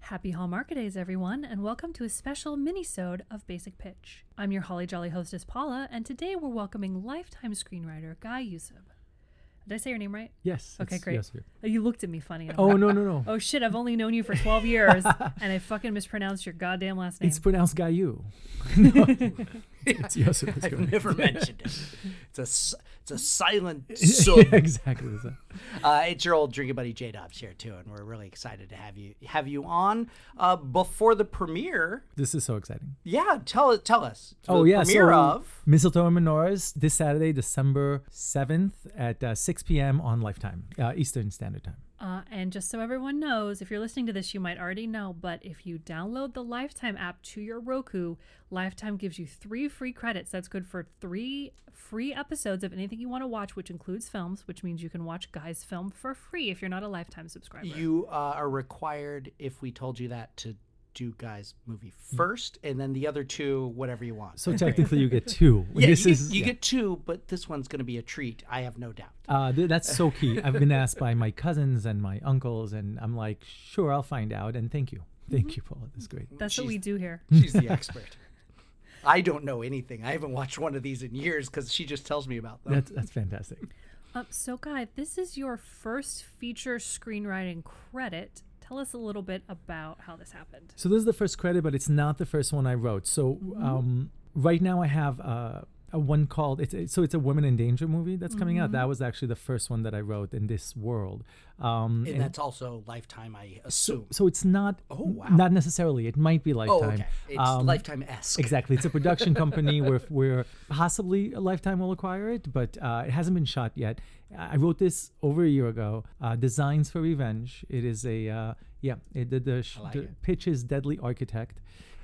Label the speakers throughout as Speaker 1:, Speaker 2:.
Speaker 1: Happy Hallmark Days, everyone, and welcome to a special mini-sode of Basic Pitch. I'm your Holly Jolly hostess, Paula, and today we're welcoming lifetime screenwriter Guy Yusuf. Did I say your name right?
Speaker 2: Yes.
Speaker 1: Okay,
Speaker 2: it's-
Speaker 1: great.
Speaker 2: yes, you-
Speaker 1: You looked at me funny. and I'm
Speaker 2: oh
Speaker 1: like,
Speaker 2: no no no!
Speaker 1: Oh shit! I've only known you for 12 years, and I fucking mispronounced your goddamn last name.
Speaker 2: it's pronounced Gayu. No, it's Yusuf. it's
Speaker 3: I've
Speaker 2: correct.
Speaker 3: never mentioned it. It's a s- it's a silent
Speaker 2: Yeah,
Speaker 3: sub.
Speaker 2: exactly. the same.
Speaker 3: Uh, it's your old drinking buddy J Dobbs here too, and we're really excited to have you have you on uh, before the premiere.
Speaker 2: This is so exciting.
Speaker 3: Yeah, tell tell us. The
Speaker 2: oh yeah,
Speaker 3: premiere
Speaker 2: so
Speaker 3: of
Speaker 2: Mistletoe and Menorahs this Saturday, December seventh at uh, six p.m. on Lifetime uh, Eastern Standard Time.
Speaker 1: Uh, and just so everyone knows, if you're listening to this, you might already know, but if you download the Lifetime app to your Roku, Lifetime gives you three free credits. That's good for three free episodes of anything you want to watch, which includes films, which means you can watch Guy's film for free if you're not a Lifetime subscriber.
Speaker 3: you uh, are required if we told you that to do guys movie first, and then the other two whatever you want.
Speaker 2: Mm. So technically, you get two.
Speaker 3: yeah,
Speaker 2: this
Speaker 3: you,
Speaker 2: is
Speaker 3: get, you
Speaker 2: yeah.
Speaker 3: get two, but this one's going to be a treat. I have no doubt.
Speaker 2: Uh, th- that's so key. I've been asked by my cousins and my uncles, and I'm like, sure, I'll find out. And thank you,
Speaker 1: Mm-hmm.
Speaker 2: thank you, Paula. That's great.
Speaker 1: That's what we do here.
Speaker 2: Hmm.
Speaker 3: She's the expert. I don't know anything. I haven't watched one of these in years because she just tells me about them.
Speaker 2: That's that's fantastic.
Speaker 1: Uh, so, Guy, this is your first feature screenwriting credit. Tell us a little bit about how this happened.
Speaker 2: So this is the first credit, but it's not the first one I wrote. So
Speaker 3: Mm-hmm.
Speaker 2: um, right now I have uh, a one called it's it's- so it's a women in danger movie that's coming
Speaker 3: Mm-hmm.
Speaker 2: out. That was actually the first one that I wrote in this world. Um,
Speaker 3: and that's also Lifetime, I assume.
Speaker 2: so it's not
Speaker 3: Oh, wow.
Speaker 2: not necessarily. It might be lifetime.
Speaker 3: oh, okay. It's
Speaker 2: Um,
Speaker 3: Lifetime esque.
Speaker 2: Exactly. It's a production company where, where possibly a Lifetime will acquire it, but uh, it hasn't been shot yet. I wrote this over a year ago. Uh, Designs for Revenge. It is a, uh, yeah, it, the, the, sh-
Speaker 3: like
Speaker 2: the
Speaker 3: it.
Speaker 2: pitch is Deadly Architect.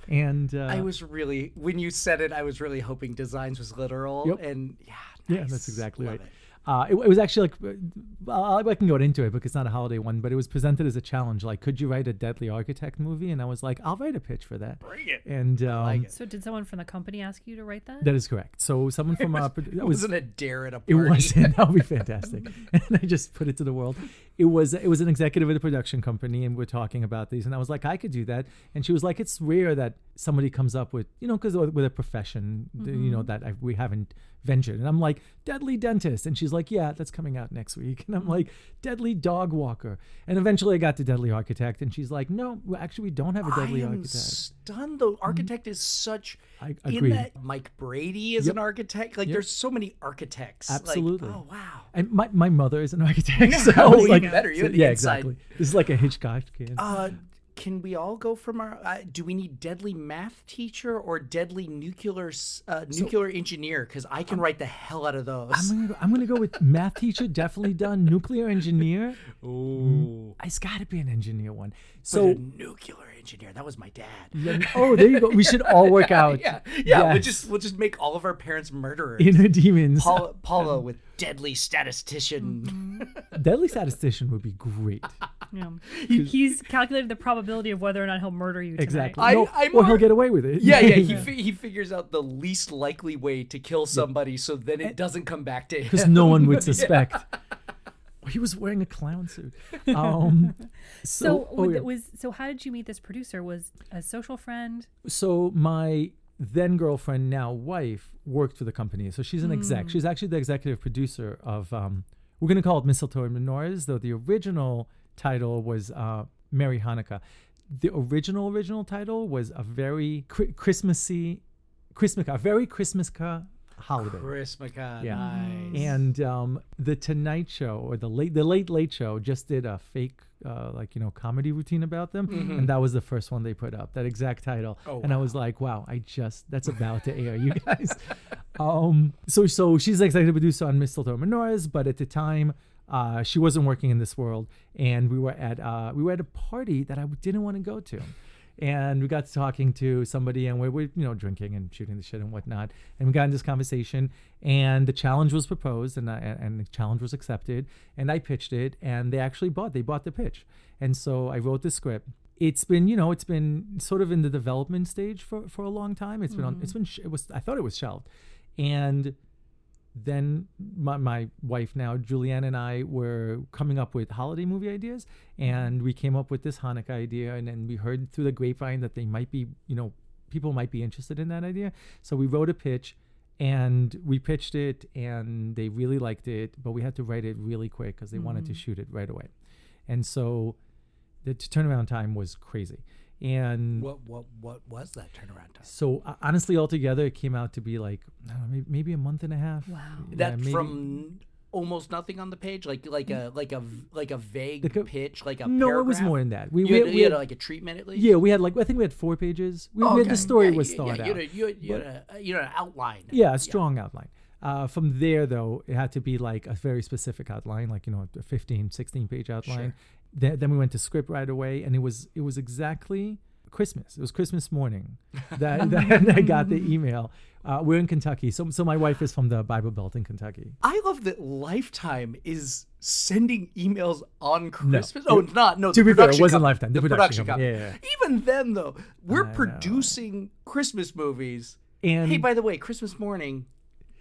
Speaker 2: And uh,
Speaker 3: I was really, when you said it, I was really hoping Designs was literal.
Speaker 2: Yep.
Speaker 3: And yeah,
Speaker 2: Yeah,
Speaker 3: nice.
Speaker 2: that's exactly
Speaker 3: Love
Speaker 2: right.
Speaker 3: it.
Speaker 2: Uh, it, it was actually like, uh, I I can go into it because it's not a holiday one, but it was presented as a challenge. Like, could you write a Deadly Architect movie? And I was like, I'll write a pitch for that.
Speaker 3: Bring it.
Speaker 2: And um,
Speaker 3: like it.
Speaker 1: So, did someone from the company ask you to write that?
Speaker 2: that is correct. So someone from uh, pro-
Speaker 3: It
Speaker 2: that was
Speaker 3: wasn't a dare at a party.
Speaker 2: It wasn't. That would be fantastic. and I just put it to the world. It was. It was an executive at a production company, and we're talking about these. And I was like, I could do that. And she was like, It's rare that somebody comes up with, you know, because with a profession, the- you
Speaker 3: Mm-hmm.
Speaker 2: know, that I, we haven't ventured. And I'm like, Deadly dentist. And she's like, Yeah, that's coming out next week. And I'm
Speaker 3: Mm-hmm.
Speaker 2: like, Deadly dog walker. And eventually, I got to Deadly architect, and she's like, No, well, actually, we don't have a
Speaker 3: I
Speaker 2: Deadly
Speaker 3: am
Speaker 2: architect. Mm-hmm.
Speaker 3: stunned. The architect is such.
Speaker 2: I
Speaker 3: in
Speaker 2: agree.
Speaker 3: that Mike Brady is an architect. Like, there's so many architects. Like,
Speaker 2: Absolutely.
Speaker 3: oh wow.
Speaker 2: and my, my mother is an architect. so I
Speaker 3: Oh,
Speaker 2: was
Speaker 3: even
Speaker 2: like,
Speaker 3: better. You
Speaker 2: so-
Speaker 3: had the
Speaker 2: yeah,
Speaker 3: inside-
Speaker 2: exactly. This is like a Hitchcock. kid.
Speaker 3: Uh, can we all go from our? Uh, do we need deadly math teacher or deadly nuclear s- uh, nuclear engineer? Because I can write the hell out of those.
Speaker 2: I'm gonna, go, I'm gonna go with math teacher, definitely done. Nuclear engineer.
Speaker 3: Ooh,
Speaker 2: It's got to be an engineer one.
Speaker 3: so
Speaker 2: So,
Speaker 3: nuclear engineer. That was my dad.
Speaker 2: oh, there you go. We should all work out.
Speaker 3: Yeah, yeah. We'll
Speaker 2: Yes.
Speaker 3: just we'll just make all of our parents murderers.
Speaker 2: inner demons.
Speaker 3: Paula, Paula with deadly
Speaker 2: Mm-hmm.
Speaker 3: statistician.
Speaker 2: Deadly statistician would be great.
Speaker 1: Yeah. He's calculated the probability of whether or not he'll murder you tonight.
Speaker 2: Exactly.
Speaker 3: I-
Speaker 2: no,
Speaker 3: I'm
Speaker 2: or he'll
Speaker 3: more-
Speaker 2: get away with it.
Speaker 3: Yeah, yeah. He fi- he figures out the least likely way to kill somebody, so then it doesn't come back to
Speaker 2: Because
Speaker 3: him.
Speaker 2: no one would suspect. He was wearing a clown suit. Um,
Speaker 1: So
Speaker 2: oh,
Speaker 1: was,
Speaker 2: yeah.
Speaker 1: was so how did you meet this producer? Was a social friend?
Speaker 2: so my then girlfriend, now wife, worked for the company. So she's an exec. She's actually the executive producer of. Um, we're going to call it Mistletoe and Menorahs, though the original title was uh, Merry Hanukkah. The original original title was a very cri- Christmassy, Christmaka, a very Christmaska holiday.
Speaker 3: Chris McCann.
Speaker 2: Yeah.
Speaker 3: Nice.
Speaker 2: And um, the Tonight Show or the late the Late Late Show just did a fake uh, like you know comedy routine about them, and that was the first one they put up that exact title.
Speaker 3: Oh,
Speaker 2: and I was like, wow, I just that's about to air, you guys. um, so so she's the executive producer on Mistletoe Menorahs, but at the time. Uh, she wasn't working in this world, and we were at uh, we were at a party that I didn't want to go to, and we got to talking to somebody and we were you know drinking and shooting the shit and whatnot and we got in this conversation and the challenge was proposed and I, and the challenge was accepted and i pitched it and they actually bought they bought the pitch and so i wrote the script it's been you know it's been sort of in the development stage for for a long time it's been on it's been sh- it was i thought it was shelved and then my, my wife now julianne and i were coming up with holiday movie ideas and we came up with this hanukkah idea and then we heard through the grapevine that they might be you know people might be interested in that idea so we wrote a pitch and we pitched it and they really liked it but we had to write it really quick because they wanted to shoot it right away and so the t- turnaround time was crazy and
Speaker 3: What what what was that turnaround time?
Speaker 2: so uh, honestly altogether it came out to be like I don't know, maybe, maybe a month and a half
Speaker 1: Wow.
Speaker 2: Yeah,
Speaker 3: That
Speaker 2: maybe-
Speaker 3: from almost nothing on the page, like like a like a v- like a vague
Speaker 2: Like a-
Speaker 3: pitch, like a
Speaker 2: no it was
Speaker 3: paragraph?
Speaker 2: more than that we,
Speaker 3: You
Speaker 2: we,
Speaker 3: had,
Speaker 2: had,
Speaker 3: you
Speaker 2: we
Speaker 3: had,
Speaker 2: had-
Speaker 3: like a treatment at least.
Speaker 2: yeah we had like i think we had four pages we, we had the story was thought out
Speaker 3: You had, a- you had, you had a- you had an outline.
Speaker 2: yeah, a strong outline. Uh, from there, though, it had to be like a very specific outline, like you know, a 15, 16 page outline. Then, then we went to script right away, and it was it was exactly Christmas. It was Christmas morning that, that I got the email. Uh, we're in Kentucky, so so my wife is from the Bible Belt in Kentucky.
Speaker 3: I love that Lifetime is sending emails on Christmas. Oh, it's not. No,
Speaker 2: To be
Speaker 3: the
Speaker 2: fair, it
Speaker 3: production
Speaker 2: wasn't
Speaker 3: company-
Speaker 2: Lifetime, the production company. Yeah,
Speaker 3: Even then, though, we're
Speaker 2: know.
Speaker 3: producing Christmas movies.
Speaker 2: And
Speaker 3: hey, by the way, Christmas morning.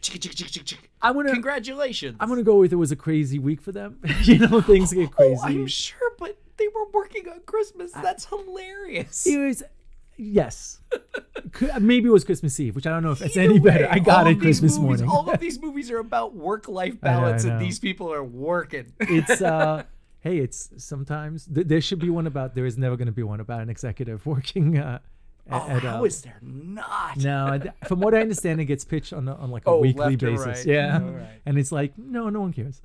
Speaker 3: Chicka, chicka, chicka, chicka, chicka.
Speaker 2: I wanna-
Speaker 3: Congratulations.
Speaker 2: I'm gonna go with it was a crazy week for them. you know, things get crazy.
Speaker 3: Oh, I'm sure, but they were working on Christmas. That's hilarious.
Speaker 2: It was, yes. Cou- Maybe it was Christmas Eve, which I don't know if it's any better. I got
Speaker 3: All
Speaker 2: it
Speaker 3: of these
Speaker 2: Christmas
Speaker 3: movies-
Speaker 2: morning.
Speaker 3: All of these movies are about work-life balance,
Speaker 2: know.
Speaker 3: and these people are working.
Speaker 2: It's, uh, hey, it's sometimes th- there should be one about, there is never going to be one about an executive working uh, a-
Speaker 3: oh,
Speaker 2: at
Speaker 3: how
Speaker 2: a.
Speaker 3: is there not?
Speaker 2: no, I th- from what I understand, it gets pitched on a, on like a
Speaker 3: Oh,
Speaker 2: weekly
Speaker 3: left or
Speaker 2: basis,
Speaker 3: right.
Speaker 2: yeah.
Speaker 3: All right.
Speaker 2: And it's like, no, no one cares.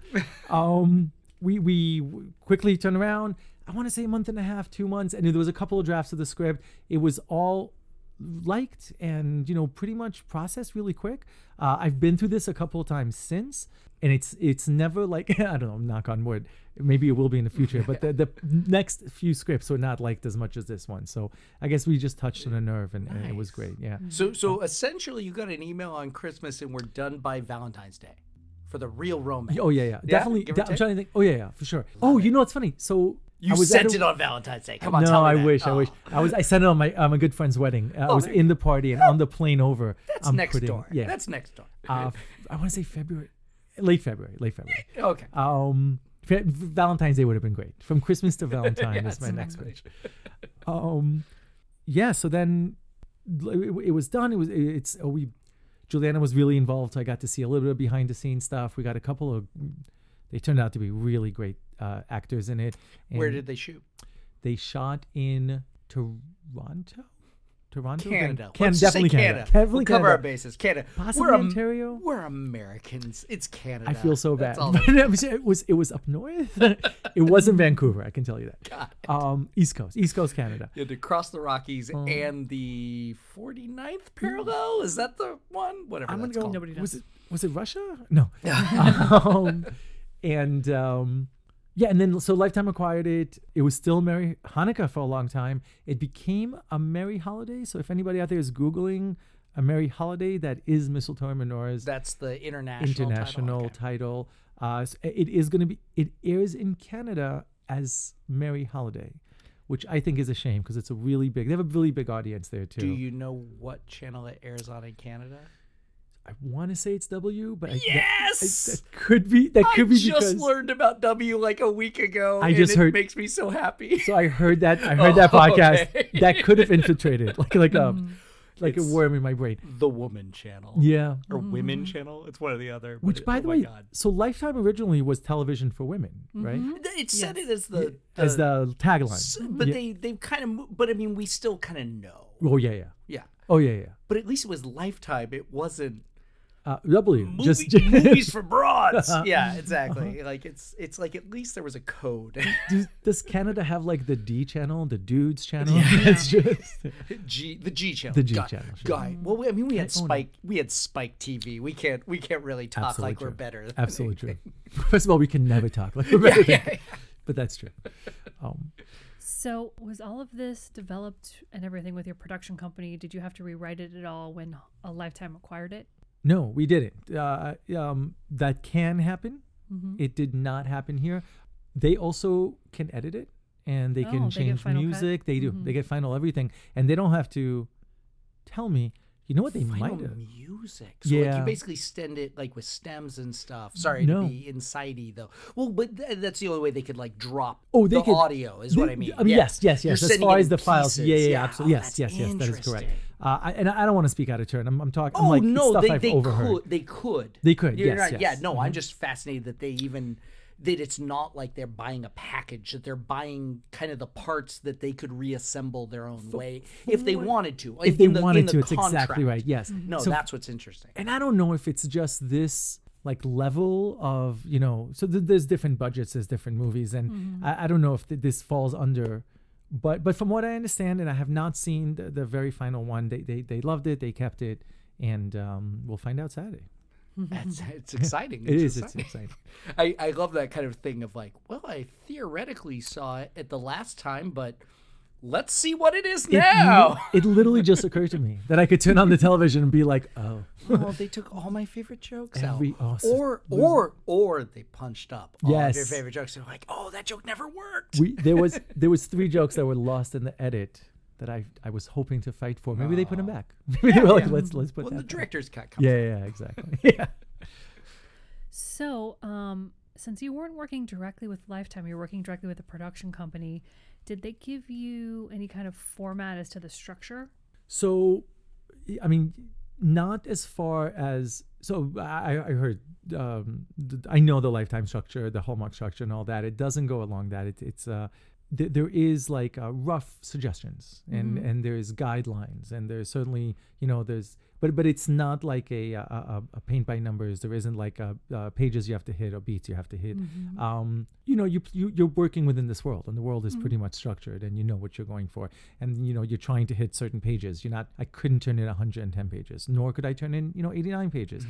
Speaker 2: um, we we w- quickly turn around. I want to say a month and a half, two months, and there was a couple of drafts of the script. It was all liked and you know pretty much processed really quick. Uh, I've been through this a couple of times since, and it's it's never like I don't know. Knock on wood. Maybe it will be in the future, but the, the next few scripts were not liked as much as this one. So I guess we just touched on a nerve, and, and it was
Speaker 3: Nice.
Speaker 2: great. Yeah.
Speaker 3: So, so essentially, you got an email on Christmas, and we're done by Valentine's Day for the real romance.
Speaker 2: Oh yeah, yeah, definitely.
Speaker 3: give or
Speaker 2: de- I'm
Speaker 3: take?
Speaker 2: trying to think. Oh yeah, yeah, for sure. Oh, you know what's funny? So
Speaker 3: you
Speaker 2: I was
Speaker 3: sent
Speaker 2: at a-
Speaker 3: it on Valentine's Day. Come on,
Speaker 2: no,
Speaker 3: tell me
Speaker 2: I
Speaker 3: that.
Speaker 2: wish, I wish.
Speaker 3: Oh.
Speaker 2: I was. I sent it on my on my good friend's wedding. Uh, I was
Speaker 3: there
Speaker 2: in the party and on the plane over.
Speaker 3: That's
Speaker 2: I'm
Speaker 3: next
Speaker 2: putting-
Speaker 3: door.
Speaker 2: Yeah,
Speaker 3: that's next door.
Speaker 2: uh, f- I want to say February, late February, late February.
Speaker 3: okay.
Speaker 2: Um, Fe- Valentine's Day would have been great. From Christmas to Valentine is my next pitch. Um, yeah. So then l- it, it was done. It was. It's. Oh, we. Juliana was really involved. So I got to see a little bit of behind the scenes stuff. We got a couple of. They turned out to be really great uh, actors in it. And
Speaker 3: Where did they shoot?
Speaker 2: they shot in Toronto? Toronto,
Speaker 3: Canada.
Speaker 2: Can,
Speaker 3: Let's just say
Speaker 2: definitely Canada. Definitely
Speaker 3: we'll cover our
Speaker 2: Canada.
Speaker 3: bases. Canada.
Speaker 2: Possibly
Speaker 3: we're Am-
Speaker 2: Ontario?
Speaker 3: We're Americans. It's Canada.
Speaker 2: I feel so bad.
Speaker 3: That's all
Speaker 2: But it, was, it was it was up north. it wasn't Vancouver. I can tell you that. Um, East Coast, East Coast, Canada.
Speaker 3: You had to cross the Rockies
Speaker 2: Oh.
Speaker 3: and the 49th parallel. Is that the one? Whatever.
Speaker 2: I'm gonna
Speaker 3: that's
Speaker 2: go.
Speaker 3: called.
Speaker 1: Nobody knows.
Speaker 2: Was it was it Russia? No. um, and um, yeah, and then so Lifetime acquired it. It was still Merry Hanukkah for a long time. It became a Merry Holiday. So if anybody out there is googling a Merry Holiday, that is mistletoe and menorahs.
Speaker 3: That's the international. title.
Speaker 2: international
Speaker 3: Okay.
Speaker 2: title. Uh, so it is going to be. It airs in Canada as Merry Holiday, which I think is a shame because it's a really big. They have a really big audience there too.
Speaker 3: Do you know what channel it airs on in Canada?
Speaker 2: I want to say it's W, but I,
Speaker 3: Yes!
Speaker 2: that, I- that could be that could be
Speaker 3: I just
Speaker 2: because.
Speaker 3: learned about W like a week ago.
Speaker 2: I
Speaker 3: and
Speaker 2: just
Speaker 3: it
Speaker 2: heard-
Speaker 3: makes me so happy.
Speaker 2: so I heard that I heard that
Speaker 3: Oh,
Speaker 2: podcast
Speaker 3: okay. Mm-hmm.
Speaker 2: that could have infiltrated like like a like
Speaker 3: It's- Oh
Speaker 2: a worm in my brain.
Speaker 3: the Woman Channel.
Speaker 2: Yeah.
Speaker 3: Or Women Channel. It's one or the other. but
Speaker 2: Which,
Speaker 3: it-
Speaker 2: by
Speaker 3: oh
Speaker 2: the
Speaker 3: my
Speaker 2: way,
Speaker 3: God.
Speaker 2: so Lifetime originally was television for women, right?
Speaker 3: Th- it said it as the,
Speaker 2: As the
Speaker 3: Uh, s-
Speaker 2: tagline.
Speaker 3: but
Speaker 2: yeah.
Speaker 3: they they've kind of mo- but I mean we still kind of know.
Speaker 2: Oh yeah, yeah.
Speaker 3: Yeah,
Speaker 2: Oh yeah, yeah.
Speaker 3: but at least it was Lifetime. It wasn't
Speaker 2: Uh, w
Speaker 3: movie,
Speaker 2: just Uh-huh.
Speaker 3: movies for broads. yeah, exactly. Like it's it's like at least there was a code.
Speaker 2: does, does Canada have like the D channel, the dudes channel? it's just
Speaker 3: G the G channel.
Speaker 2: The G
Speaker 3: Guy-
Speaker 2: channel, sure.
Speaker 3: Guy. Well, we- I mean we had
Speaker 2: own it.
Speaker 3: Spike. We had Spike TV. We can't we can't really talk
Speaker 2: Absolutely
Speaker 3: like we're
Speaker 2: true.
Speaker 3: better. than
Speaker 2: absolutely
Speaker 3: anything.
Speaker 2: true. First of all, we can never talk like we're better than-
Speaker 3: yeah,
Speaker 2: but that's true. Um,
Speaker 1: So, was all of this developed and everything with your production company? Did you have to rewrite it at all when a Lifetime acquired it?
Speaker 2: no, we didn't. Uh, um, that can happen.
Speaker 1: Mm-hmm.
Speaker 2: It did not happen here. They also can edit it, and
Speaker 1: Oh,
Speaker 2: they
Speaker 1: they
Speaker 2: can
Speaker 1: get
Speaker 2: change
Speaker 1: final cut? Mm-hmm.
Speaker 2: music. They do. They get final everything, and they don't have to tell me. You know what? They
Speaker 3: Final
Speaker 2: might have.
Speaker 3: music. So like
Speaker 2: Yeah.
Speaker 3: you basically stem it like with stems and stuff. Sorry
Speaker 2: No.
Speaker 3: to be insidey though. Well, but th- that's the only way they could like drop
Speaker 2: Oh, they
Speaker 3: the
Speaker 2: could-
Speaker 3: audio is what
Speaker 2: Th-
Speaker 3: I mean.
Speaker 2: th- mean,
Speaker 3: Yeah.
Speaker 2: Yes, yes,
Speaker 3: You're
Speaker 2: yes. As
Speaker 3: sending
Speaker 2: far
Speaker 3: it
Speaker 2: as
Speaker 3: in
Speaker 2: the files, yeah, yeah,
Speaker 3: pieces.
Speaker 2: yeah, absolutely.
Speaker 3: Oh,
Speaker 2: Yes,
Speaker 3: that's
Speaker 2: yes, yes. That is correct.
Speaker 3: interesting.
Speaker 2: Uh, I, and I don't want to speak out of turn. I'm, I'm talking.
Speaker 3: Oh
Speaker 2: like,
Speaker 3: no,
Speaker 2: stuff
Speaker 3: they,
Speaker 2: I've
Speaker 3: they
Speaker 2: overheard.
Speaker 3: could they could
Speaker 2: They could,
Speaker 3: You're
Speaker 2: yes,
Speaker 3: right.
Speaker 2: yes. Mm-hmm.
Speaker 3: yeah. No, I'm just fascinated that they even that it's not like they're buying a package that they're buying kind of the parts that they could reassemble their own way if they wanted to.
Speaker 2: If
Speaker 3: in
Speaker 2: they
Speaker 3: the- in
Speaker 2: wanted
Speaker 3: the
Speaker 2: to, it's exactly
Speaker 3: contract.
Speaker 2: right. Yes.
Speaker 3: No,
Speaker 2: So
Speaker 3: that's what's interesting.
Speaker 2: and I don't know if it's just this like level of you know so th- there's different budgets there's different movies and
Speaker 3: Mm-hmm.
Speaker 2: I, I don't know if th- this falls under but but from what I understand and I have not seen the, the very final one they, they they loved it they kept it and um, we'll find out Saturday
Speaker 3: That's it's exciting.
Speaker 2: it is it's
Speaker 3: exciting.
Speaker 2: exciting
Speaker 3: I, I love that kind of thing of like, well, I theoretically saw it at the last time, but let's see what it is
Speaker 2: It li-
Speaker 3: now.
Speaker 2: it literally just occurred to me that I could turn on the television and be like oh
Speaker 3: oh, they took all my favorite jokes
Speaker 2: Every- oh,
Speaker 3: out.
Speaker 2: so-
Speaker 3: or or or they punched up all of your
Speaker 2: Yes.
Speaker 3: favorite jokes. They're like, oh, that joke never worked.
Speaker 2: we there was there was three jokes that were lost in the edit that I I was hoping to fight for maybe they put them back maybe they were like let's let's put
Speaker 3: well,
Speaker 2: that
Speaker 3: the
Speaker 2: back."
Speaker 3: director's cut comes.
Speaker 2: yeah yeah yeah, exactly yeah.
Speaker 1: So, um, since you weren't working directly with Lifetime, you're working directly with a production company. Did they give you any kind of format as to the structure?
Speaker 2: So, y- I mean, not as far as so I, I heard. Um, th- I know the lifetime structure, the hallmark structure, and all that. It doesn't go along that. It, it's uh, th- there is like uh, rough suggestions, and and there is guidelines, and there's certainly you know there's but but it's not like a a, a, a paint by numbers. There isn't like a, uh pages you have to hit or beats you have to hit.
Speaker 3: Mm-hmm.
Speaker 2: Um, you know, you, you you're working within this world, and the world is pretty much structured, and you know what you're going for, and you know you're trying to hit certain pages. You're not. I couldn't turn in 110 pages, nor could I turn in you know 89 pages.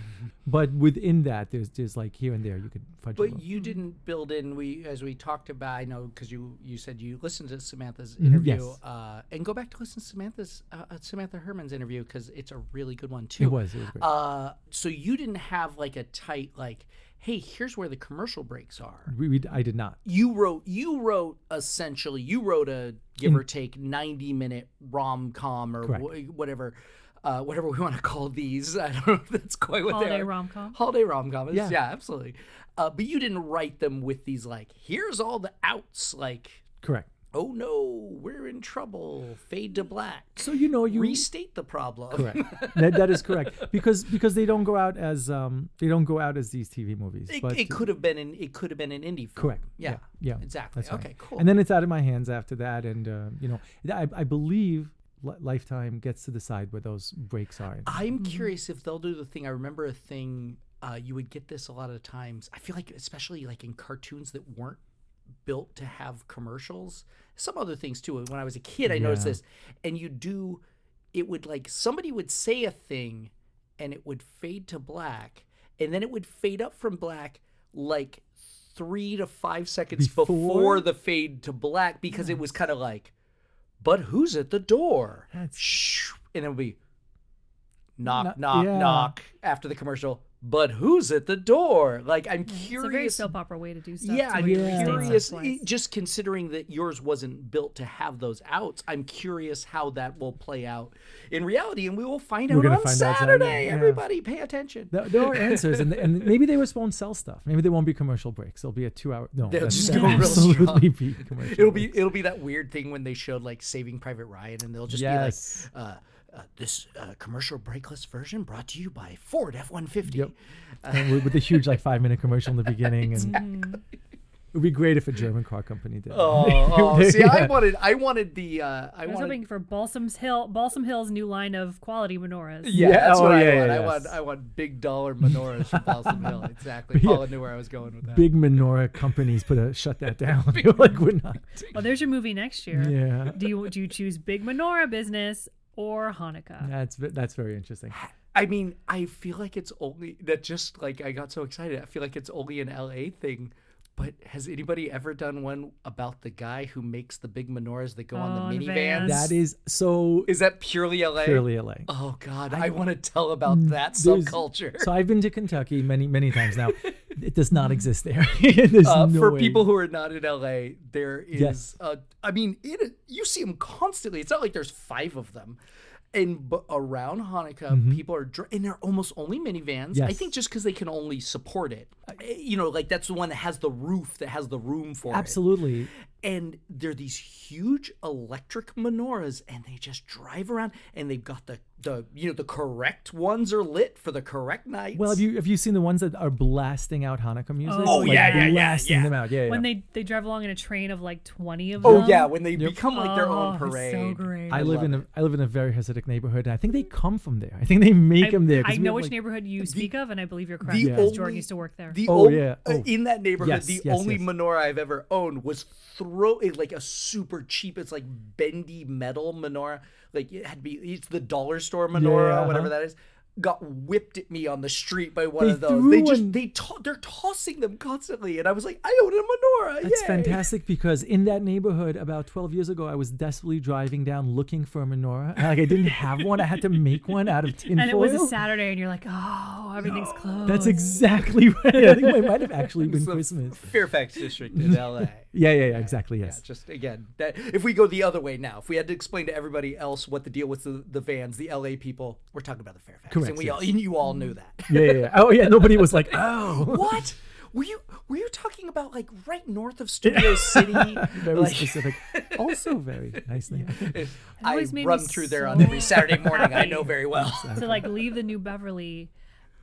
Speaker 2: but within that, there's there's like here and there you could fudge. a
Speaker 3: But
Speaker 2: little.
Speaker 3: you didn't build in we as we talked about. I know because you you said you listened to Samantha's
Speaker 2: Mhm,
Speaker 3: interview,
Speaker 2: yes.
Speaker 3: uh, and go back to listen to Samantha's uh, uh, Samantha Herman's interview because it's a really good one too.
Speaker 2: it was. It was great.
Speaker 3: Uh, so you didn't have like a tight like, hey, here's where the commercial breaks are.
Speaker 2: we, we, I did not.
Speaker 3: You wrote you wrote essentially you wrote a give
Speaker 2: Mm.
Speaker 3: or take ninety minute rom com or wh- whatever. Uh, whatever we want to call these, I don't know if that's quite what they
Speaker 1: Holiday
Speaker 3: are.
Speaker 1: rom com?
Speaker 3: Holiday rom com.
Speaker 2: Yeah.
Speaker 3: Yeah. yeah, absolutely. Uh, but you didn't write them with these like, here's all the outs, like,
Speaker 2: Correct.
Speaker 3: oh no, we're in trouble, fade to black.
Speaker 2: So you know you
Speaker 3: restate the problem.
Speaker 2: correct. that, that is correct because because they don't go out as um they don't go out as these TV movies.
Speaker 3: It,
Speaker 2: but
Speaker 3: it could have been an it could have been an indie film.
Speaker 2: Correct.
Speaker 3: Yeah.
Speaker 2: Yeah.
Speaker 3: Exactly.
Speaker 2: That's right.
Speaker 3: okay. Cool.
Speaker 2: And then it's out of my hands after that, and uh, you know, th- I, I believe Li- Lifetime gets to decide where those breaks are. in.
Speaker 3: I'm curious if they'll do the thing. I remember a thing. Uh, you would get this a lot of times. I feel like, especially like in cartoons that weren't built to have commercials. Some other things too. When I was a kid, I noticed
Speaker 2: Yeah.
Speaker 3: this. And you do, it would like somebody would say a thing, and it would fade to black, and then it would fade up from black like three to five seconds
Speaker 2: Before?
Speaker 3: before, the fade to black because it was kind of like, but who's at the door?
Speaker 2: That's-
Speaker 3: Shh, and it would be knock,
Speaker 2: Kno-
Speaker 3: knock,
Speaker 2: yeah.
Speaker 3: knock after the commercial. But who's at the door? Like I'm
Speaker 1: It's a very
Speaker 3: curious.
Speaker 1: soap opera way to do stuff.
Speaker 3: yeah,
Speaker 1: to
Speaker 3: I'm
Speaker 1: where you restate stuff
Speaker 3: curious.
Speaker 1: twice.
Speaker 3: e- Just considering that yours wasn't built to have those outs, I'm curious how that will play out in reality, and we will find
Speaker 2: We're
Speaker 3: out
Speaker 2: gonna
Speaker 3: on
Speaker 2: find out
Speaker 3: Saturday.
Speaker 2: Saturday, yeah.
Speaker 3: Everybody, pay attention.
Speaker 2: There, there are answers, and, and maybe they just won't sell stuff. Maybe there won't be commercial breaks. There'll be a two-hour. No,
Speaker 3: They'll
Speaker 2: that's-
Speaker 3: just
Speaker 2: there'll
Speaker 3: go real
Speaker 2: absolutely be commercial.
Speaker 3: It'll be
Speaker 2: breaks.
Speaker 3: it'll be that weird thing when they showed like Saving Private Ryan, and they'll just
Speaker 2: yes.
Speaker 3: be like. Uh, uh, this uh, commercial breakless version brought to you by Ford F one
Speaker 2: Yep.
Speaker 3: fifty.
Speaker 2: and with, with a huge like five-minute commercial in the beginning,
Speaker 1: Mm.
Speaker 2: and it would be great if a German car company did.
Speaker 3: Oh,
Speaker 2: They-
Speaker 3: see, I
Speaker 2: yeah.
Speaker 3: wanted, I wanted the, uh, I
Speaker 1: I was
Speaker 3: wanted,
Speaker 1: hoping for Balsam's Hill, Balsam Hill's new line of quality menorahs.
Speaker 3: yeah,
Speaker 2: Yeah,
Speaker 3: that's
Speaker 2: oh,
Speaker 3: what I
Speaker 2: yeah,
Speaker 3: want.
Speaker 2: yeah,
Speaker 3: I want,
Speaker 2: yes.
Speaker 3: I want big dollar menorahs from Balsam Hill. Exactly.
Speaker 2: Yeah.
Speaker 3: Paula knew where I was going with that.
Speaker 2: Big menorah companies put a shut that down. They were like we're not.
Speaker 1: Well, there's your movie next year.
Speaker 2: Yeah,
Speaker 1: Do you do you choose big menorah business or Hanukkah?
Speaker 2: that's ve- that's very interesting.
Speaker 3: I mean, I feel like it's only that. Just like I got so excited, I feel like it's only an LA thing. But has anybody ever done one about the guy who makes the big menorahs that go
Speaker 1: Oh,
Speaker 3: on the
Speaker 1: the
Speaker 3: minivans?
Speaker 1: vans.
Speaker 2: That is so
Speaker 3: Is that purely LA?
Speaker 2: purely LA.
Speaker 3: Oh God, I, want to tell about that
Speaker 2: There's-
Speaker 3: subculture.
Speaker 2: So I've been to Kentucky many, many times now. It does not exist there. There's
Speaker 3: uh,
Speaker 2: no
Speaker 3: for
Speaker 2: way.
Speaker 3: people who are not in LA, there is.
Speaker 2: Yes.
Speaker 3: Uh, I mean, it, you see them constantly. It's not like there's five of them. and b- around Hanukkah, people are dr- and they're almost only minivans. I
Speaker 2: Mm-hmm. Yes.
Speaker 3: think just because they can only support it, Uh, you know, like that's the one that has the roof that has the room for it.
Speaker 2: Absolutely.
Speaker 3: And they're these huge electric menorahs, and they just drive around, and they've got the the you know the correct ones are lit for the correct nights.
Speaker 2: Well, have you have you seen the ones that are blasting out Hanukkah music?
Speaker 1: Oh,
Speaker 2: Like,
Speaker 3: yeah, yeah, yeah,
Speaker 2: blasting
Speaker 3: yeah.
Speaker 2: them out. Yeah, yeah.
Speaker 1: when they they drive along in a train of like 20 of them.
Speaker 3: Oh yeah, when they become like their
Speaker 1: Oh,
Speaker 3: own
Speaker 1: it's
Speaker 3: parade.
Speaker 1: So great.
Speaker 2: I live in a I live in a very Hasidic neighborhood. And I think they come from there. I think they make
Speaker 1: I-
Speaker 2: them there. 'cause
Speaker 1: I
Speaker 2: we
Speaker 1: know
Speaker 2: have,
Speaker 1: which
Speaker 2: like-
Speaker 1: neighborhood you speak of, and I believe you're correct
Speaker 3: the
Speaker 1: because Jordan
Speaker 3: only-
Speaker 1: used to work there.
Speaker 3: The
Speaker 2: Oh,
Speaker 3: on-
Speaker 2: yeah.
Speaker 3: uh,
Speaker 2: Oh.
Speaker 3: in that neighborhood,
Speaker 2: Yes,
Speaker 3: the
Speaker 2: yes,
Speaker 3: only
Speaker 2: yes.
Speaker 3: menorah I've ever owned was throw it like a super cheap. It's like bendy metal menorah. Like it had to be. It's the dollar store menorah,
Speaker 2: Yeah,
Speaker 3: whatever
Speaker 2: uh-huh.
Speaker 3: that is. Got whipped at me on the street by one
Speaker 2: They
Speaker 3: of those. They
Speaker 2: threw
Speaker 3: just
Speaker 2: one-
Speaker 3: they to- they're tossing them constantly, and I was like, I own a menorah.
Speaker 2: That's
Speaker 3: yay."
Speaker 2: fantastic because in that neighborhood about 12 years ago, I was desperately driving down looking for a menorah. And, Like I didn't have one. I had to make one out of tinfoil.
Speaker 1: and it was a Saturday, and you're like, oh, everything's closed.
Speaker 2: That's exactly right. I think it might have actually been
Speaker 3: It's the
Speaker 2: Christmas.
Speaker 3: Fairfax district in L.A.
Speaker 2: Yeah, yeah, yeah, exactly.
Speaker 3: Yeah,
Speaker 2: Yes.
Speaker 3: just again, that if we go the other way now, if we had to explain to everybody else what the deal with the, the vans, the LA people, we're talking about the Fairfax,
Speaker 2: Correct,
Speaker 3: and we
Speaker 2: yes.
Speaker 3: all and you all knew that.
Speaker 2: Yeah, yeah, yeah. Oh, yeah. Nobody was like, oh.
Speaker 3: what were you were you talking about? Like right north of Studio City?
Speaker 2: Very
Speaker 3: Like,
Speaker 2: specific. Also, very nice name.
Speaker 3: I
Speaker 1: always made me
Speaker 3: run through there on
Speaker 1: so
Speaker 3: every Saturday morning. I know
Speaker 1: happy.
Speaker 3: very well.
Speaker 1: to like leave the New Beverly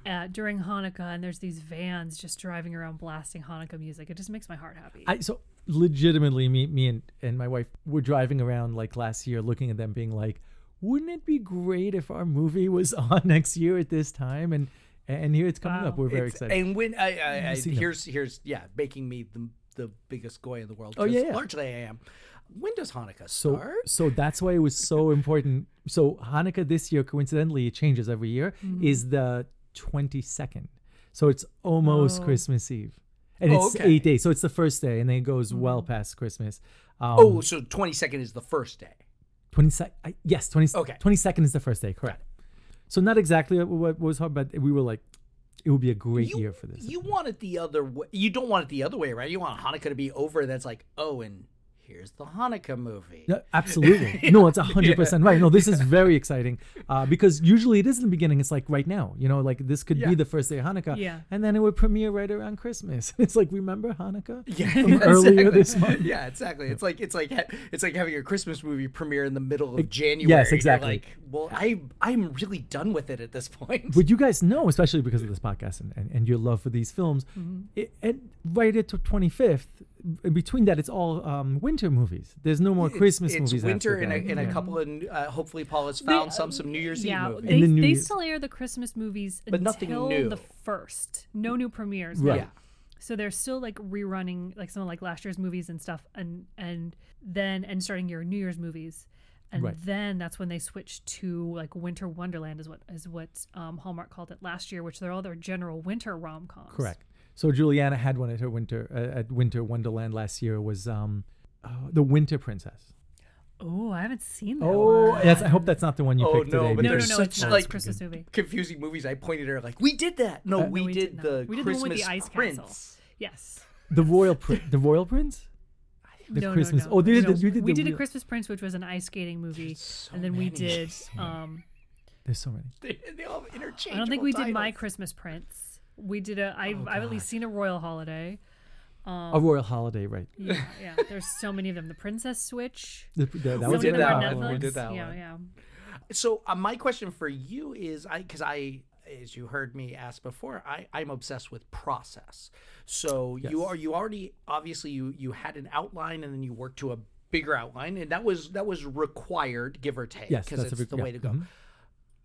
Speaker 1: uh, during Hanukkah, and there's these vans just driving around blasting Hanukkah music. It just makes my heart happy.
Speaker 2: I so legitimately me me and, and my wife were driving around like last year looking at them being like, wouldn't it be great if our movie was on next year at this time? And and here it's coming
Speaker 1: Wow.
Speaker 2: up. We're very
Speaker 3: It's-
Speaker 2: excited.
Speaker 3: And when I, I, I
Speaker 2: seen them.
Speaker 3: here's here's yeah, making me the the biggest goy in the world.
Speaker 2: Oh,
Speaker 3: 'cause
Speaker 2: yeah, yeah.
Speaker 3: largely I am. When does Hanukkah
Speaker 2: So um,
Speaker 3: start?
Speaker 2: so that's why it was so important. So Hanukkah this year, coincidentally, it changes every year,
Speaker 3: Mm.
Speaker 2: is the twenty second. So it's almost
Speaker 1: Oh.
Speaker 2: Christmas Eve. And
Speaker 3: Oh,
Speaker 2: it's
Speaker 3: okay. Mm.
Speaker 2: eight days. So it's the first day and then it goes well past Christmas. Um,
Speaker 3: oh, so twenty second is the first day.
Speaker 2: 22nd I, yes 20
Speaker 3: Okay.
Speaker 2: 22nd is the first day correct so not exactly what, what was hard but we were like it would be a great
Speaker 3: You-
Speaker 2: year for this
Speaker 3: You want it the other way. You don't want it the other way, right? You want Hanukkah to be over. That's like, oh, and here's the Hanukkah movie.
Speaker 2: No, absolutely no it's 100% right no this is very exciting uh, because usually it is in the beginning it's like right now you know like this could
Speaker 3: Yeah.
Speaker 2: be the first day of hanukkah
Speaker 1: Yeah.
Speaker 2: and then it would premiere right around christmas it's like remember hanukkah
Speaker 3: Yeah,
Speaker 2: From earlier this month.
Speaker 3: Yeah, exactly. It's like it's like ha- it's like having a Christmas movie premiere in the middle of
Speaker 2: Ex-
Speaker 3: January.
Speaker 2: yes,
Speaker 3: You're
Speaker 2: exactly.
Speaker 3: Like, well, I I'm really done with it at this point.
Speaker 2: but you guys know, especially because of this podcast and, and, and your love for these films,
Speaker 3: Mm-hmm.
Speaker 2: it, it, right at the 25th, in between that, it's all um, winter movies. There's no more
Speaker 3: It's-
Speaker 2: Christmas
Speaker 3: it's
Speaker 2: movies.
Speaker 3: winter
Speaker 2: after
Speaker 3: in a,
Speaker 2: that.
Speaker 3: in a
Speaker 2: Yeah.
Speaker 3: couple of uh, hopefully Paul has found some some New Year's
Speaker 1: uh, yeah,
Speaker 3: Eve movies.
Speaker 1: they,
Speaker 2: And the New
Speaker 1: they
Speaker 2: Year's-
Speaker 1: still air the Christmas movies
Speaker 3: But nothing
Speaker 1: until
Speaker 3: new.
Speaker 1: the first. No new premieres.
Speaker 2: Right.
Speaker 1: Yeah. So they're still like rerunning like some of like last year's movies and stuff, and and then and starting your New Year's movies, and
Speaker 2: Right.
Speaker 1: then that's when they switch to like Winter Wonderland is what is what um, Hallmark called it last year, which they're all their general winter rom coms.
Speaker 2: Correct. So Juliana had one at her winter uh, at Winter Wonderland last year. Was um, oh, the Winter Princess.
Speaker 1: Oh, I haven't seen that.
Speaker 2: Oh,
Speaker 1: one.
Speaker 2: that's, I hope that's not the one you
Speaker 3: Oh,
Speaker 2: picked
Speaker 3: no,
Speaker 2: today.
Speaker 3: but
Speaker 1: no, no, no!
Speaker 2: because-
Speaker 3: there's
Speaker 1: It's not.
Speaker 3: such,
Speaker 1: It's a
Speaker 3: like,
Speaker 1: Christmas movie.
Speaker 3: Confusing movies. I pointed at her like, we did that.
Speaker 2: Uh,
Speaker 3: No, we,
Speaker 1: No, we
Speaker 3: did,
Speaker 1: did
Speaker 3: the
Speaker 1: not. We did the
Speaker 3: Christmas
Speaker 1: one with the ice
Speaker 3: Prince.
Speaker 1: castle. Yes.
Speaker 2: the Royal Prince. The Royal Prince. The
Speaker 1: no,
Speaker 2: Christmas-
Speaker 1: No, no.
Speaker 2: oh, they did
Speaker 1: no.
Speaker 2: the- you did
Speaker 1: we
Speaker 2: the
Speaker 1: did a
Speaker 2: real-
Speaker 1: Christmas Prince, which was an ice skating movie,
Speaker 3: so
Speaker 1: and then we
Speaker 3: many.
Speaker 1: did. Um,
Speaker 2: There's so many.
Speaker 3: They, they all have interchangeable.
Speaker 1: I don't think we did my
Speaker 3: titles.
Speaker 1: Christmas Prince. We did a. I've,
Speaker 3: Oh,
Speaker 1: I've at least seen a Royal Holiday.
Speaker 2: a Royal Holiday, right?
Speaker 1: Yeah, yeah. There's so many of them. The Princess Switch.
Speaker 2: The- the- that
Speaker 1: so
Speaker 2: was
Speaker 1: many
Speaker 3: did
Speaker 1: of them
Speaker 3: that
Speaker 1: on
Speaker 3: one. We
Speaker 1: Netflix.
Speaker 3: did that
Speaker 1: yeah,
Speaker 3: one.
Speaker 1: yeah.
Speaker 3: So uh, my question for you is, I because I, as you heard me ask before, I I'm obsessed with process. So you
Speaker 2: Yes.
Speaker 3: are you already obviously you you had an outline and then you worked to a bigger outline and that was that was required give or take
Speaker 2: Yes,
Speaker 3: because
Speaker 2: that's a
Speaker 3: it's
Speaker 2: big-
Speaker 3: the
Speaker 2: yeah,
Speaker 3: way to go.
Speaker 2: mhm.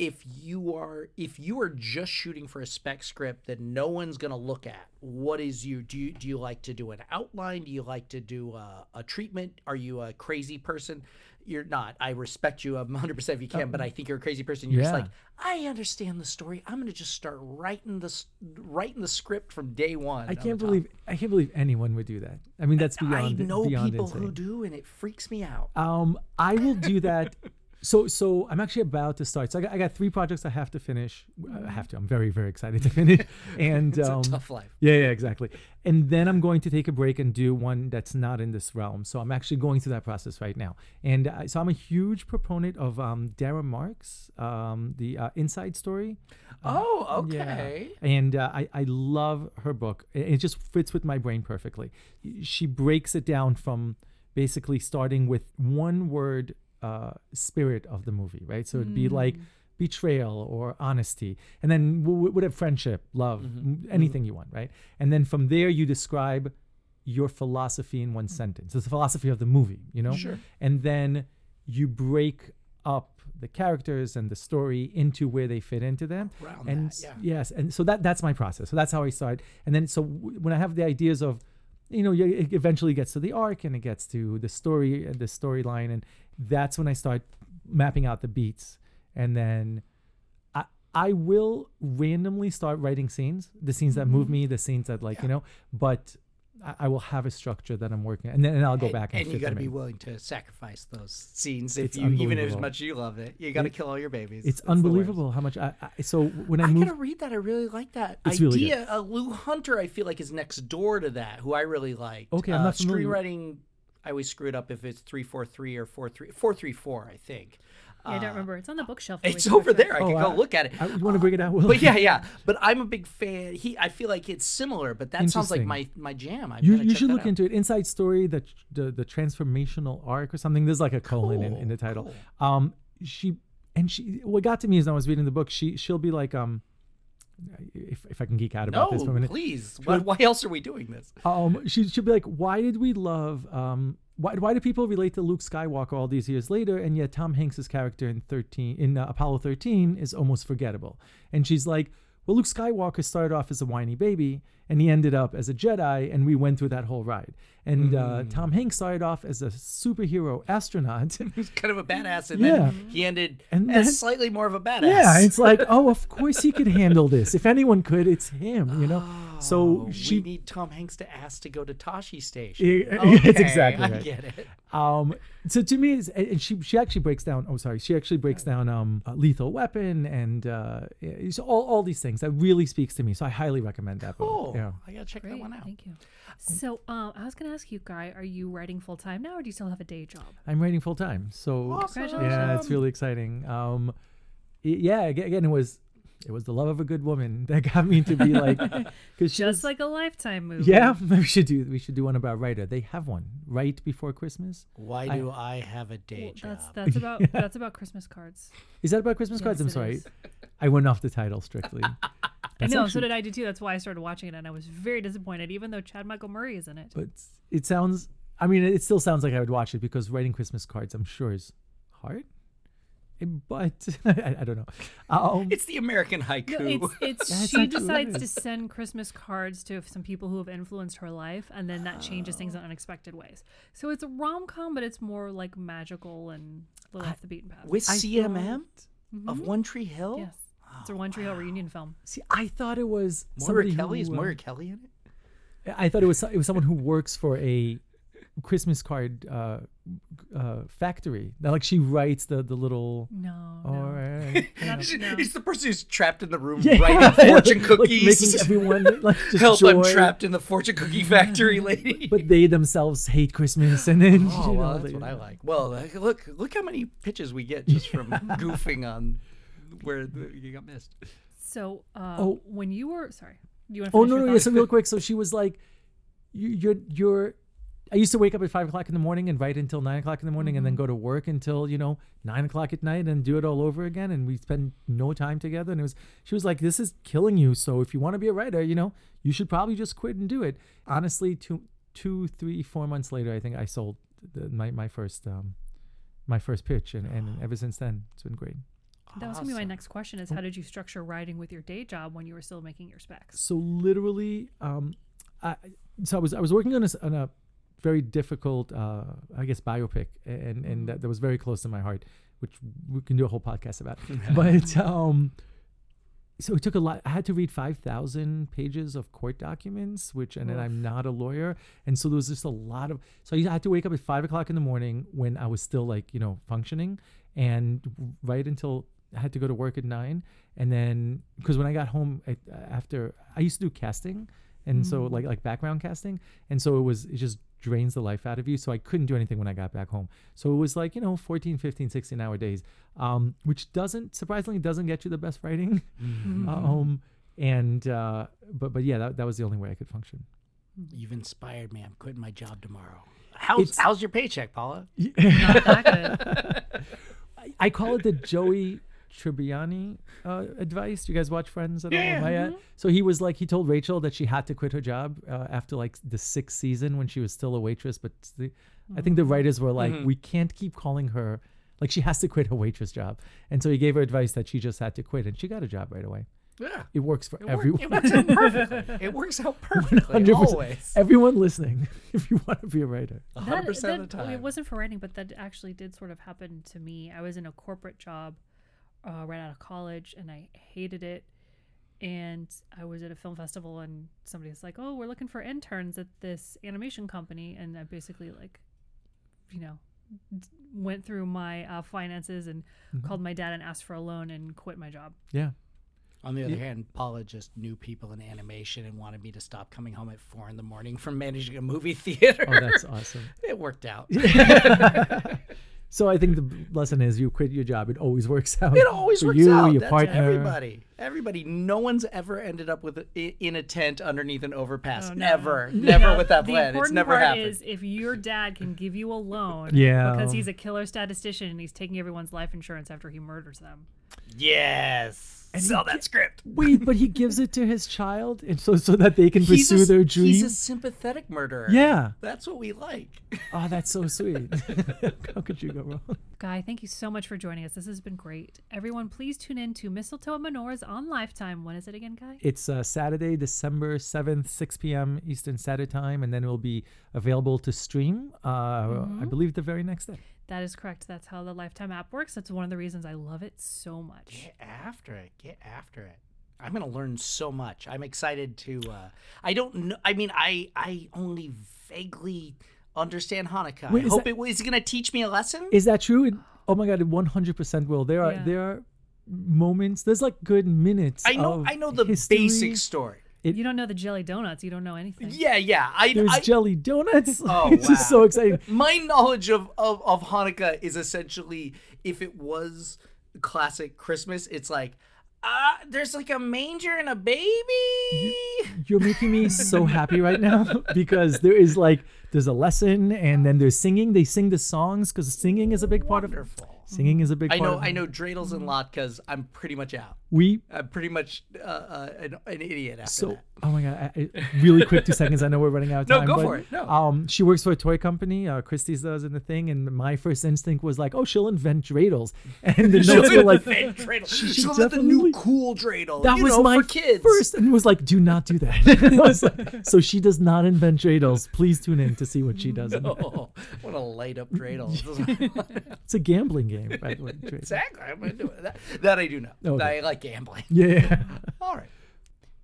Speaker 3: If you are if you are just shooting for a spec script that no one's going to look at, what is you do you do you like to do an outline? Do you like to do a, a treatment? Are you a crazy person? You're not. I respect you 100% if you can, but I think you're a crazy person. You're just
Speaker 2: Uh, yeah.
Speaker 3: like, I understand the story. I'm going to just start writing the s- writing the script from day 1.
Speaker 2: I can't believe I can't believe anyone would do that. I mean, that's beyond
Speaker 3: I know
Speaker 2: beyond
Speaker 3: people
Speaker 2: insane.
Speaker 3: who do and it freaks me out.
Speaker 2: Um, I will do that So, so I'm actually about to start. So I got, I got three projects I have to finish. I have to. I'm very, very excited to finish. And
Speaker 3: It's
Speaker 2: um,
Speaker 3: a tough life.
Speaker 2: yeah, yeah, exactly. And then I'm going to take a break and do one that's not in this realm. So I'm actually going through that process right now. And uh, so I'm a huge proponent of um, Dara Marks, um, the uh, Inside Story.
Speaker 3: Oh,
Speaker 2: Yeah.
Speaker 3: okay.
Speaker 2: And uh, I, I love her book. It it just fits with my brain perfectly. She breaks it down from basically starting with one word uh, spirit of the movie, right? So it'd be like betrayal or honesty. And then w- w- whatever friendship, love, m- anything you want, right? And then from there, you describe your philosophy in one sentence. It's the philosophy of the movie, you know?
Speaker 3: Sure.
Speaker 2: And then you break up the characters and the story into where they fit into them
Speaker 3: Around
Speaker 2: and
Speaker 3: that,
Speaker 2: s-
Speaker 3: yeah.
Speaker 2: yes and so that that's my process so that's how i start and then so w- when i have the ideas of you know y- it eventually gets to the arc and it gets to the story the storyline and that's when i start mapping out the beats and then i i will randomly start writing scenes the scenes that
Speaker 3: Mm-hmm.
Speaker 2: move me the scenes that like you know but I, I will have a structure that i'm working and then and i'll go back and,
Speaker 3: and you
Speaker 2: fit
Speaker 3: got to
Speaker 2: them
Speaker 3: be
Speaker 2: in.
Speaker 3: willing to sacrifice those scenes if
Speaker 2: It's
Speaker 3: you, even as
Speaker 2: unbelievable.
Speaker 3: much you love it, you got to
Speaker 2: It-
Speaker 3: kill all your babies.
Speaker 2: it's
Speaker 3: the worst.
Speaker 2: unbelievable how much I, I so when i,
Speaker 3: I
Speaker 2: moved
Speaker 3: gotta read that. I really like that
Speaker 2: It's really good.
Speaker 3: idea. uh, Lou Hunter, I feel like, is next door to that, who I really liked.
Speaker 2: Okay, I'm
Speaker 3: Uh,
Speaker 2: not familiar with-
Speaker 3: Screenwriting, I always screw it up if it's three four three or four three four three four. I think
Speaker 1: Yeah, I don't remember. It's on the bookshelf. that we
Speaker 3: Ah. it's
Speaker 1: talked
Speaker 3: over
Speaker 1: about.
Speaker 3: there. I can go
Speaker 2: Oh, I-
Speaker 3: look at it.
Speaker 2: I- you want to bring it out Will?
Speaker 3: but yeah, yeah. But I'm a big fan. He, I feel like it's similar, but that sounds like
Speaker 2: Interesting.
Speaker 3: my my jam. I've
Speaker 2: You,
Speaker 3: gotta
Speaker 2: you
Speaker 3: check
Speaker 2: should
Speaker 3: that
Speaker 2: look
Speaker 3: out.
Speaker 2: into it. Inside Story, the the, the transformational arc or something. There's like a colon in, in the title. Um, she and she. What got to me is when I was reading the book. She she'll be like um, if if I can geek out about this for a
Speaker 3: No,
Speaker 2: minute.
Speaker 3: please. Why, why else are we doing this?
Speaker 2: Um, she she'll be like, why did we love um. Why, why do people relate to Luke Skywalker all these years later, and yet Tom Hanks's character in thirteen in uh, Apollo thirteen is almost forgettable? And she's like, "Well, Luke Skywalker started off as a whiny baby, and he ended up as a Jedi, and we went through that whole ride. And uh,
Speaker 3: Hmm.
Speaker 2: Tom Hanks started off as a superhero astronaut,
Speaker 3: He's kind of a badass, and
Speaker 2: Yeah.
Speaker 3: then he ended
Speaker 2: And
Speaker 3: as
Speaker 2: then-
Speaker 3: slightly more of a badass.
Speaker 2: Yeah, it's like, oh, of course he could handle this. If anyone could, it's him, you know. So
Speaker 3: Oh, we
Speaker 2: she,
Speaker 3: need Tom Hanks to ask to go to Tashi Station.
Speaker 2: Yeah, it's
Speaker 3: Okay,
Speaker 2: exactly
Speaker 3: I
Speaker 2: right.
Speaker 3: get it.
Speaker 2: um, so to me, it's, and and she she actually breaks down. Oh, sorry, she actually breaks down um, uh, Lethal Weapon and uh, it's all all these things that really speaks to me. So I highly recommend that
Speaker 3: Oh,
Speaker 2: book. Yeah.
Speaker 3: I gotta check that
Speaker 1: Great,
Speaker 3: one out.
Speaker 1: Thank you. So, um, I was going to ask you, Guy, are you writing full time now, or do you still have a day job?
Speaker 2: I'm writing full time. So
Speaker 1: Congratulations.
Speaker 2: yeah, it's really exciting. Um, i- yeah, aga- again, it was it was the love of a good woman that got me to be like, because
Speaker 1: Just like a lifetime movie.
Speaker 2: Yeah, we should do we should do one about writer. They have one right before Christmas.
Speaker 3: Why do I, have a
Speaker 1: Well,
Speaker 3: day job?
Speaker 1: that's that's about that's about Christmas cards.
Speaker 2: Is that about Christmas cards?
Speaker 1: Yes,
Speaker 2: I'm
Speaker 1: it
Speaker 2: sorry,
Speaker 1: is.
Speaker 2: I went off the title strictly.
Speaker 1: I
Speaker 2: That's
Speaker 1: know, so
Speaker 2: actually-
Speaker 1: did I do too. That's why I started watching it, and I was very disappointed, even though Chad Michael Murray is in it.
Speaker 2: but it sounds. I mean, it still sounds like I would watch it because writing Christmas cards, I'm sure, is hard. Eh, But I, I don't know. Um,
Speaker 3: It's the American haiku.
Speaker 1: No, it's it's
Speaker 2: That's
Speaker 1: she
Speaker 2: not true,
Speaker 1: decides
Speaker 2: it
Speaker 1: to send Christmas cards to some people who have influenced her life, and then that changes
Speaker 2: Oh.
Speaker 1: things in unexpected ways. So it's a rom com, but it's more like magical and a little off the beaten path.
Speaker 3: With
Speaker 2: I
Speaker 3: CMM
Speaker 1: Mhm.
Speaker 3: of One Tree Hill.
Speaker 1: yes, it's a
Speaker 2: Oh,
Speaker 1: One Tree Hill reunion film.
Speaker 2: see, I thought it was
Speaker 3: Moira
Speaker 2: somebody
Speaker 3: Kelly
Speaker 2: who,
Speaker 3: is
Speaker 2: uh,
Speaker 3: Moira Kelly in it?
Speaker 2: I thought it was so- it was someone who works for a Christmas card uh, uh, factory. Now, like she writes the the little.
Speaker 1: No,
Speaker 2: All
Speaker 1: no.
Speaker 2: right.
Speaker 1: Not- no.
Speaker 3: He's the person who's trapped in the room
Speaker 2: Yeah.
Speaker 3: writing fortune
Speaker 2: Like,
Speaker 3: cookies.
Speaker 2: making everyone like just
Speaker 3: Help!
Speaker 2: joy.
Speaker 3: I'm trapped in the fortune cookie factory, lady.
Speaker 2: But they themselves hate Christmas, and then
Speaker 3: Oh,
Speaker 2: you know,
Speaker 3: well, that's
Speaker 2: they-
Speaker 3: what I like. Well, like, look, look how many pitches we get just from goofing on where the- you got missed.
Speaker 1: So uh,
Speaker 2: Oh.
Speaker 1: when you were sorry, you want to
Speaker 2: Oh no, no, yeah. So real quick, so she was like, you, "You're, you're." I used to wake up at five o'clock in the morning and write until nine o'clock in the morning, and then go to work until you know nine o'clock at night, and do it all over again. And we spend no time together. And it was, she was like, "This is killing you." So if you want to be a writer, you know, you should probably just quit and do it. Honestly, two, two, three, four months later, I think I sold the, my my first um, my first pitch, and and ever since then, it's been great.
Speaker 1: That was gonna be my next question: is how did you structure writing with your day job when you were still making your specs?
Speaker 2: so literally um i so i was i was working on a, s- on a very difficult uh i guess biopic and and that, that was very close to my heart which we can do a whole podcast about but um so it took a lot. I had to read 5,000 pages of court documents, which, and then I'm not a lawyer. And so there was just a lot of, so I had to wake up at five o'clock in the morning when I was still like, you know, functioning and right until I had to go to work at nine. And then, because when I got home I, after, I used to do casting. And so like, like background casting. And so it was, it just drains the life out of you. So I couldn't do anything when I got back home. So it was like, you know, 14, 15, 16 hour days, um, which doesn't, surprisingly, doesn't get you the best writing. um, and, uh, but, but yeah, that, that was the only way I could function.
Speaker 3: You've inspired me. I'm quitting my job tomorrow. How's how's your paycheck, Paula?
Speaker 1: Not that good.
Speaker 2: I, I call it the Joey Tribbiani uh, advice. Do you guys watch Friends at all? Am I
Speaker 3: Mm-hmm.
Speaker 2: at- So he was like, he told Rachel that she had to quit her job uh, after like the sixth season when she was still a waitress. But the, I think the
Speaker 3: Mm-hmm.
Speaker 2: writers were like, we can't keep calling her, like, she has to quit her waitress job. And so he gave her advice that she just had to quit, and she got a job right away.
Speaker 3: Yeah.
Speaker 2: It works for
Speaker 3: It, work,
Speaker 2: everyone.
Speaker 3: it works out perfectly. It works out perfectly
Speaker 2: 100%.
Speaker 3: always.
Speaker 2: Everyone listening, if you want to be a writer.
Speaker 1: That-
Speaker 3: 100% of the
Speaker 1: that- well,
Speaker 3: time.
Speaker 1: It wasn't for writing, but that actually did sort of happen to me. I was in a corporate job uh, right out of college, and I hated it. And I was at a film festival, and somebody's like, "Oh, we're looking for interns at this animation company," and I basically like, you know, d- went through my uh, finances and
Speaker 3: Mm-hmm.
Speaker 1: called my dad and asked for a loan and quit my job.
Speaker 2: Yeah.
Speaker 3: On the other hand, Paula just knew people in animation and wanted me to stop coming home at four in the morning from managing a movie theater.
Speaker 2: Oh, that's awesome.
Speaker 3: it worked out.
Speaker 2: So I think the b- lesson is you quit your job. It always works out.
Speaker 3: It always
Speaker 2: for
Speaker 3: works
Speaker 2: you,
Speaker 3: out.
Speaker 2: Your
Speaker 3: That's
Speaker 2: partner.
Speaker 3: everybody. Everybody. No one's ever ended up with a, i- in a tent underneath an overpass.
Speaker 1: Oh, no.
Speaker 3: Never. Never
Speaker 1: No,
Speaker 3: with that
Speaker 1: the
Speaker 3: plan. It's
Speaker 1: important
Speaker 3: never
Speaker 1: part
Speaker 3: happened.
Speaker 1: Is if your dad can give you a loan,
Speaker 2: Yeah.
Speaker 1: because he's a killer statistician and he's taking everyone's life insurance after he murders them.
Speaker 3: yes. Sell that script.
Speaker 2: Wait, but he gives it to his child, and so so that they can pursue
Speaker 3: a,
Speaker 2: their
Speaker 3: He's a
Speaker 2: dreams.
Speaker 3: sympathetic murderer.
Speaker 2: Yeah.
Speaker 3: That's what we like.
Speaker 2: Oh, that's so sweet. How could you go wrong?
Speaker 1: Guy, thank you so much for joining us. This has been great. Everyone, please tune in to Mistletoe and Menorahs on Lifetime. When is it again, Guy?
Speaker 2: It's uh, Saturday, December seventh, six p.m. Eastern Standard Time, and then it will be available to stream. Uh, I
Speaker 3: Mm-hmm.
Speaker 2: believe the very next day.
Speaker 1: That is correct. That's how the Lifetime app works. That's one of the reasons I love it so much.
Speaker 3: Get after it. Get after it. I'm going to learn so much. I'm excited to uh I don't know I mean I I only vaguely understand Hanukkah.
Speaker 2: Wait,
Speaker 3: I
Speaker 2: is
Speaker 3: hope
Speaker 2: that-
Speaker 3: it is going to teach me a lesson.
Speaker 2: Is that true? It, oh my God! It one hundred percent will. There are
Speaker 1: Yeah.
Speaker 2: there are moments. There's like good minutes.
Speaker 3: I know
Speaker 2: of
Speaker 3: I know the
Speaker 2: history.
Speaker 3: basic story.
Speaker 1: You don't know the jelly donuts. You don't know anything.
Speaker 3: Yeah, yeah. I,
Speaker 2: There's
Speaker 3: I
Speaker 2: jelly donuts.
Speaker 3: Oh,
Speaker 2: it's just
Speaker 3: wow.
Speaker 2: so exciting.
Speaker 3: my knowledge of, of of Hanukkah is essentially if it was classic Christmas, it's like uh, there's like a manger and a baby.
Speaker 2: You're making me so happy right now because there is like there's a lesson and then there's singing. They sing the songs because singing is a big part of
Speaker 3: Wonderful.
Speaker 2: singing is a big
Speaker 3: I
Speaker 2: part
Speaker 3: know
Speaker 2: of
Speaker 3: I know dreidels and latkes. I'm pretty much out.
Speaker 2: we
Speaker 3: I'm pretty much uh, uh, an, an idiot after
Speaker 2: so
Speaker 3: that.
Speaker 2: oh my god I, I- really quick two seconds i know we're running out of
Speaker 3: No,
Speaker 2: time
Speaker 3: go
Speaker 2: but,
Speaker 3: for it. No.
Speaker 2: um she works for a toy company uh christie's does in the thing and my first instinct was like oh she'll invent dreidels and the notes were like
Speaker 3: Invent dreidel. She'll
Speaker 2: should
Speaker 3: invent the new
Speaker 2: definitely-
Speaker 3: cool dreidel.
Speaker 2: that
Speaker 3: you
Speaker 2: was
Speaker 3: know,
Speaker 2: my
Speaker 3: for kids.
Speaker 2: first and was like do not do that I was like, so she does not invent dreidels please tune in to see what she does
Speaker 3: Oh, what a light up dreidel.
Speaker 2: it's a gambling game by the way dreidel.
Speaker 3: exactly. I'm gonna do it. That, that I do know.
Speaker 2: Okay.
Speaker 3: I like gambling.
Speaker 2: yeah
Speaker 3: All right.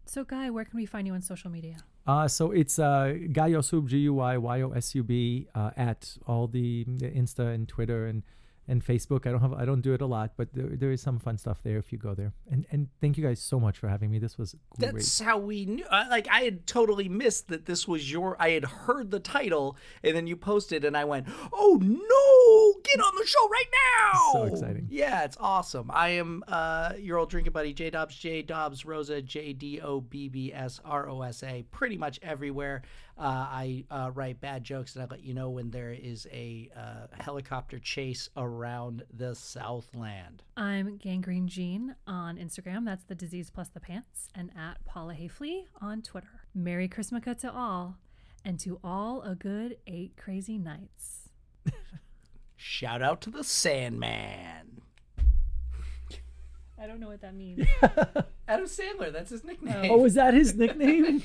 Speaker 1: So, Guy, where can we find you on social media?
Speaker 2: Uh, so it's uh, Guyosub, G U Y Y O S U B, uh, at all the, the Insta and Twitter and, and Facebook. I don't have I don't do it a lot, but there, there is some fun stuff there if you go there. And and thank you guys so much for having me. This was great.
Speaker 3: That's how we knew. I, like I had totally missed that this was your. I had heard the title, and then you posted, and I went, "Oh no! Get on the show right now!"
Speaker 2: So exciting.
Speaker 3: Yeah, it's awesome. I am uh, your old drinking buddy, J Dobbs, J Dobbs Rosa, J D O B B S R O S A, pretty much everywhere. Uh, I uh, write bad jokes, and I let you know when there is a uh, helicopter chase around the Southland.
Speaker 1: I'm Gangrene Jean on Instagram. That's the disease plus the pants, and at Paula Hafley on Twitter. Merry Christmas to all, and to all a good eight crazy nights.
Speaker 3: Shout out to the Sandman.
Speaker 1: I don't know what that means.
Speaker 3: Adam Sandler, that's his nickname.
Speaker 2: oh, is that his nickname?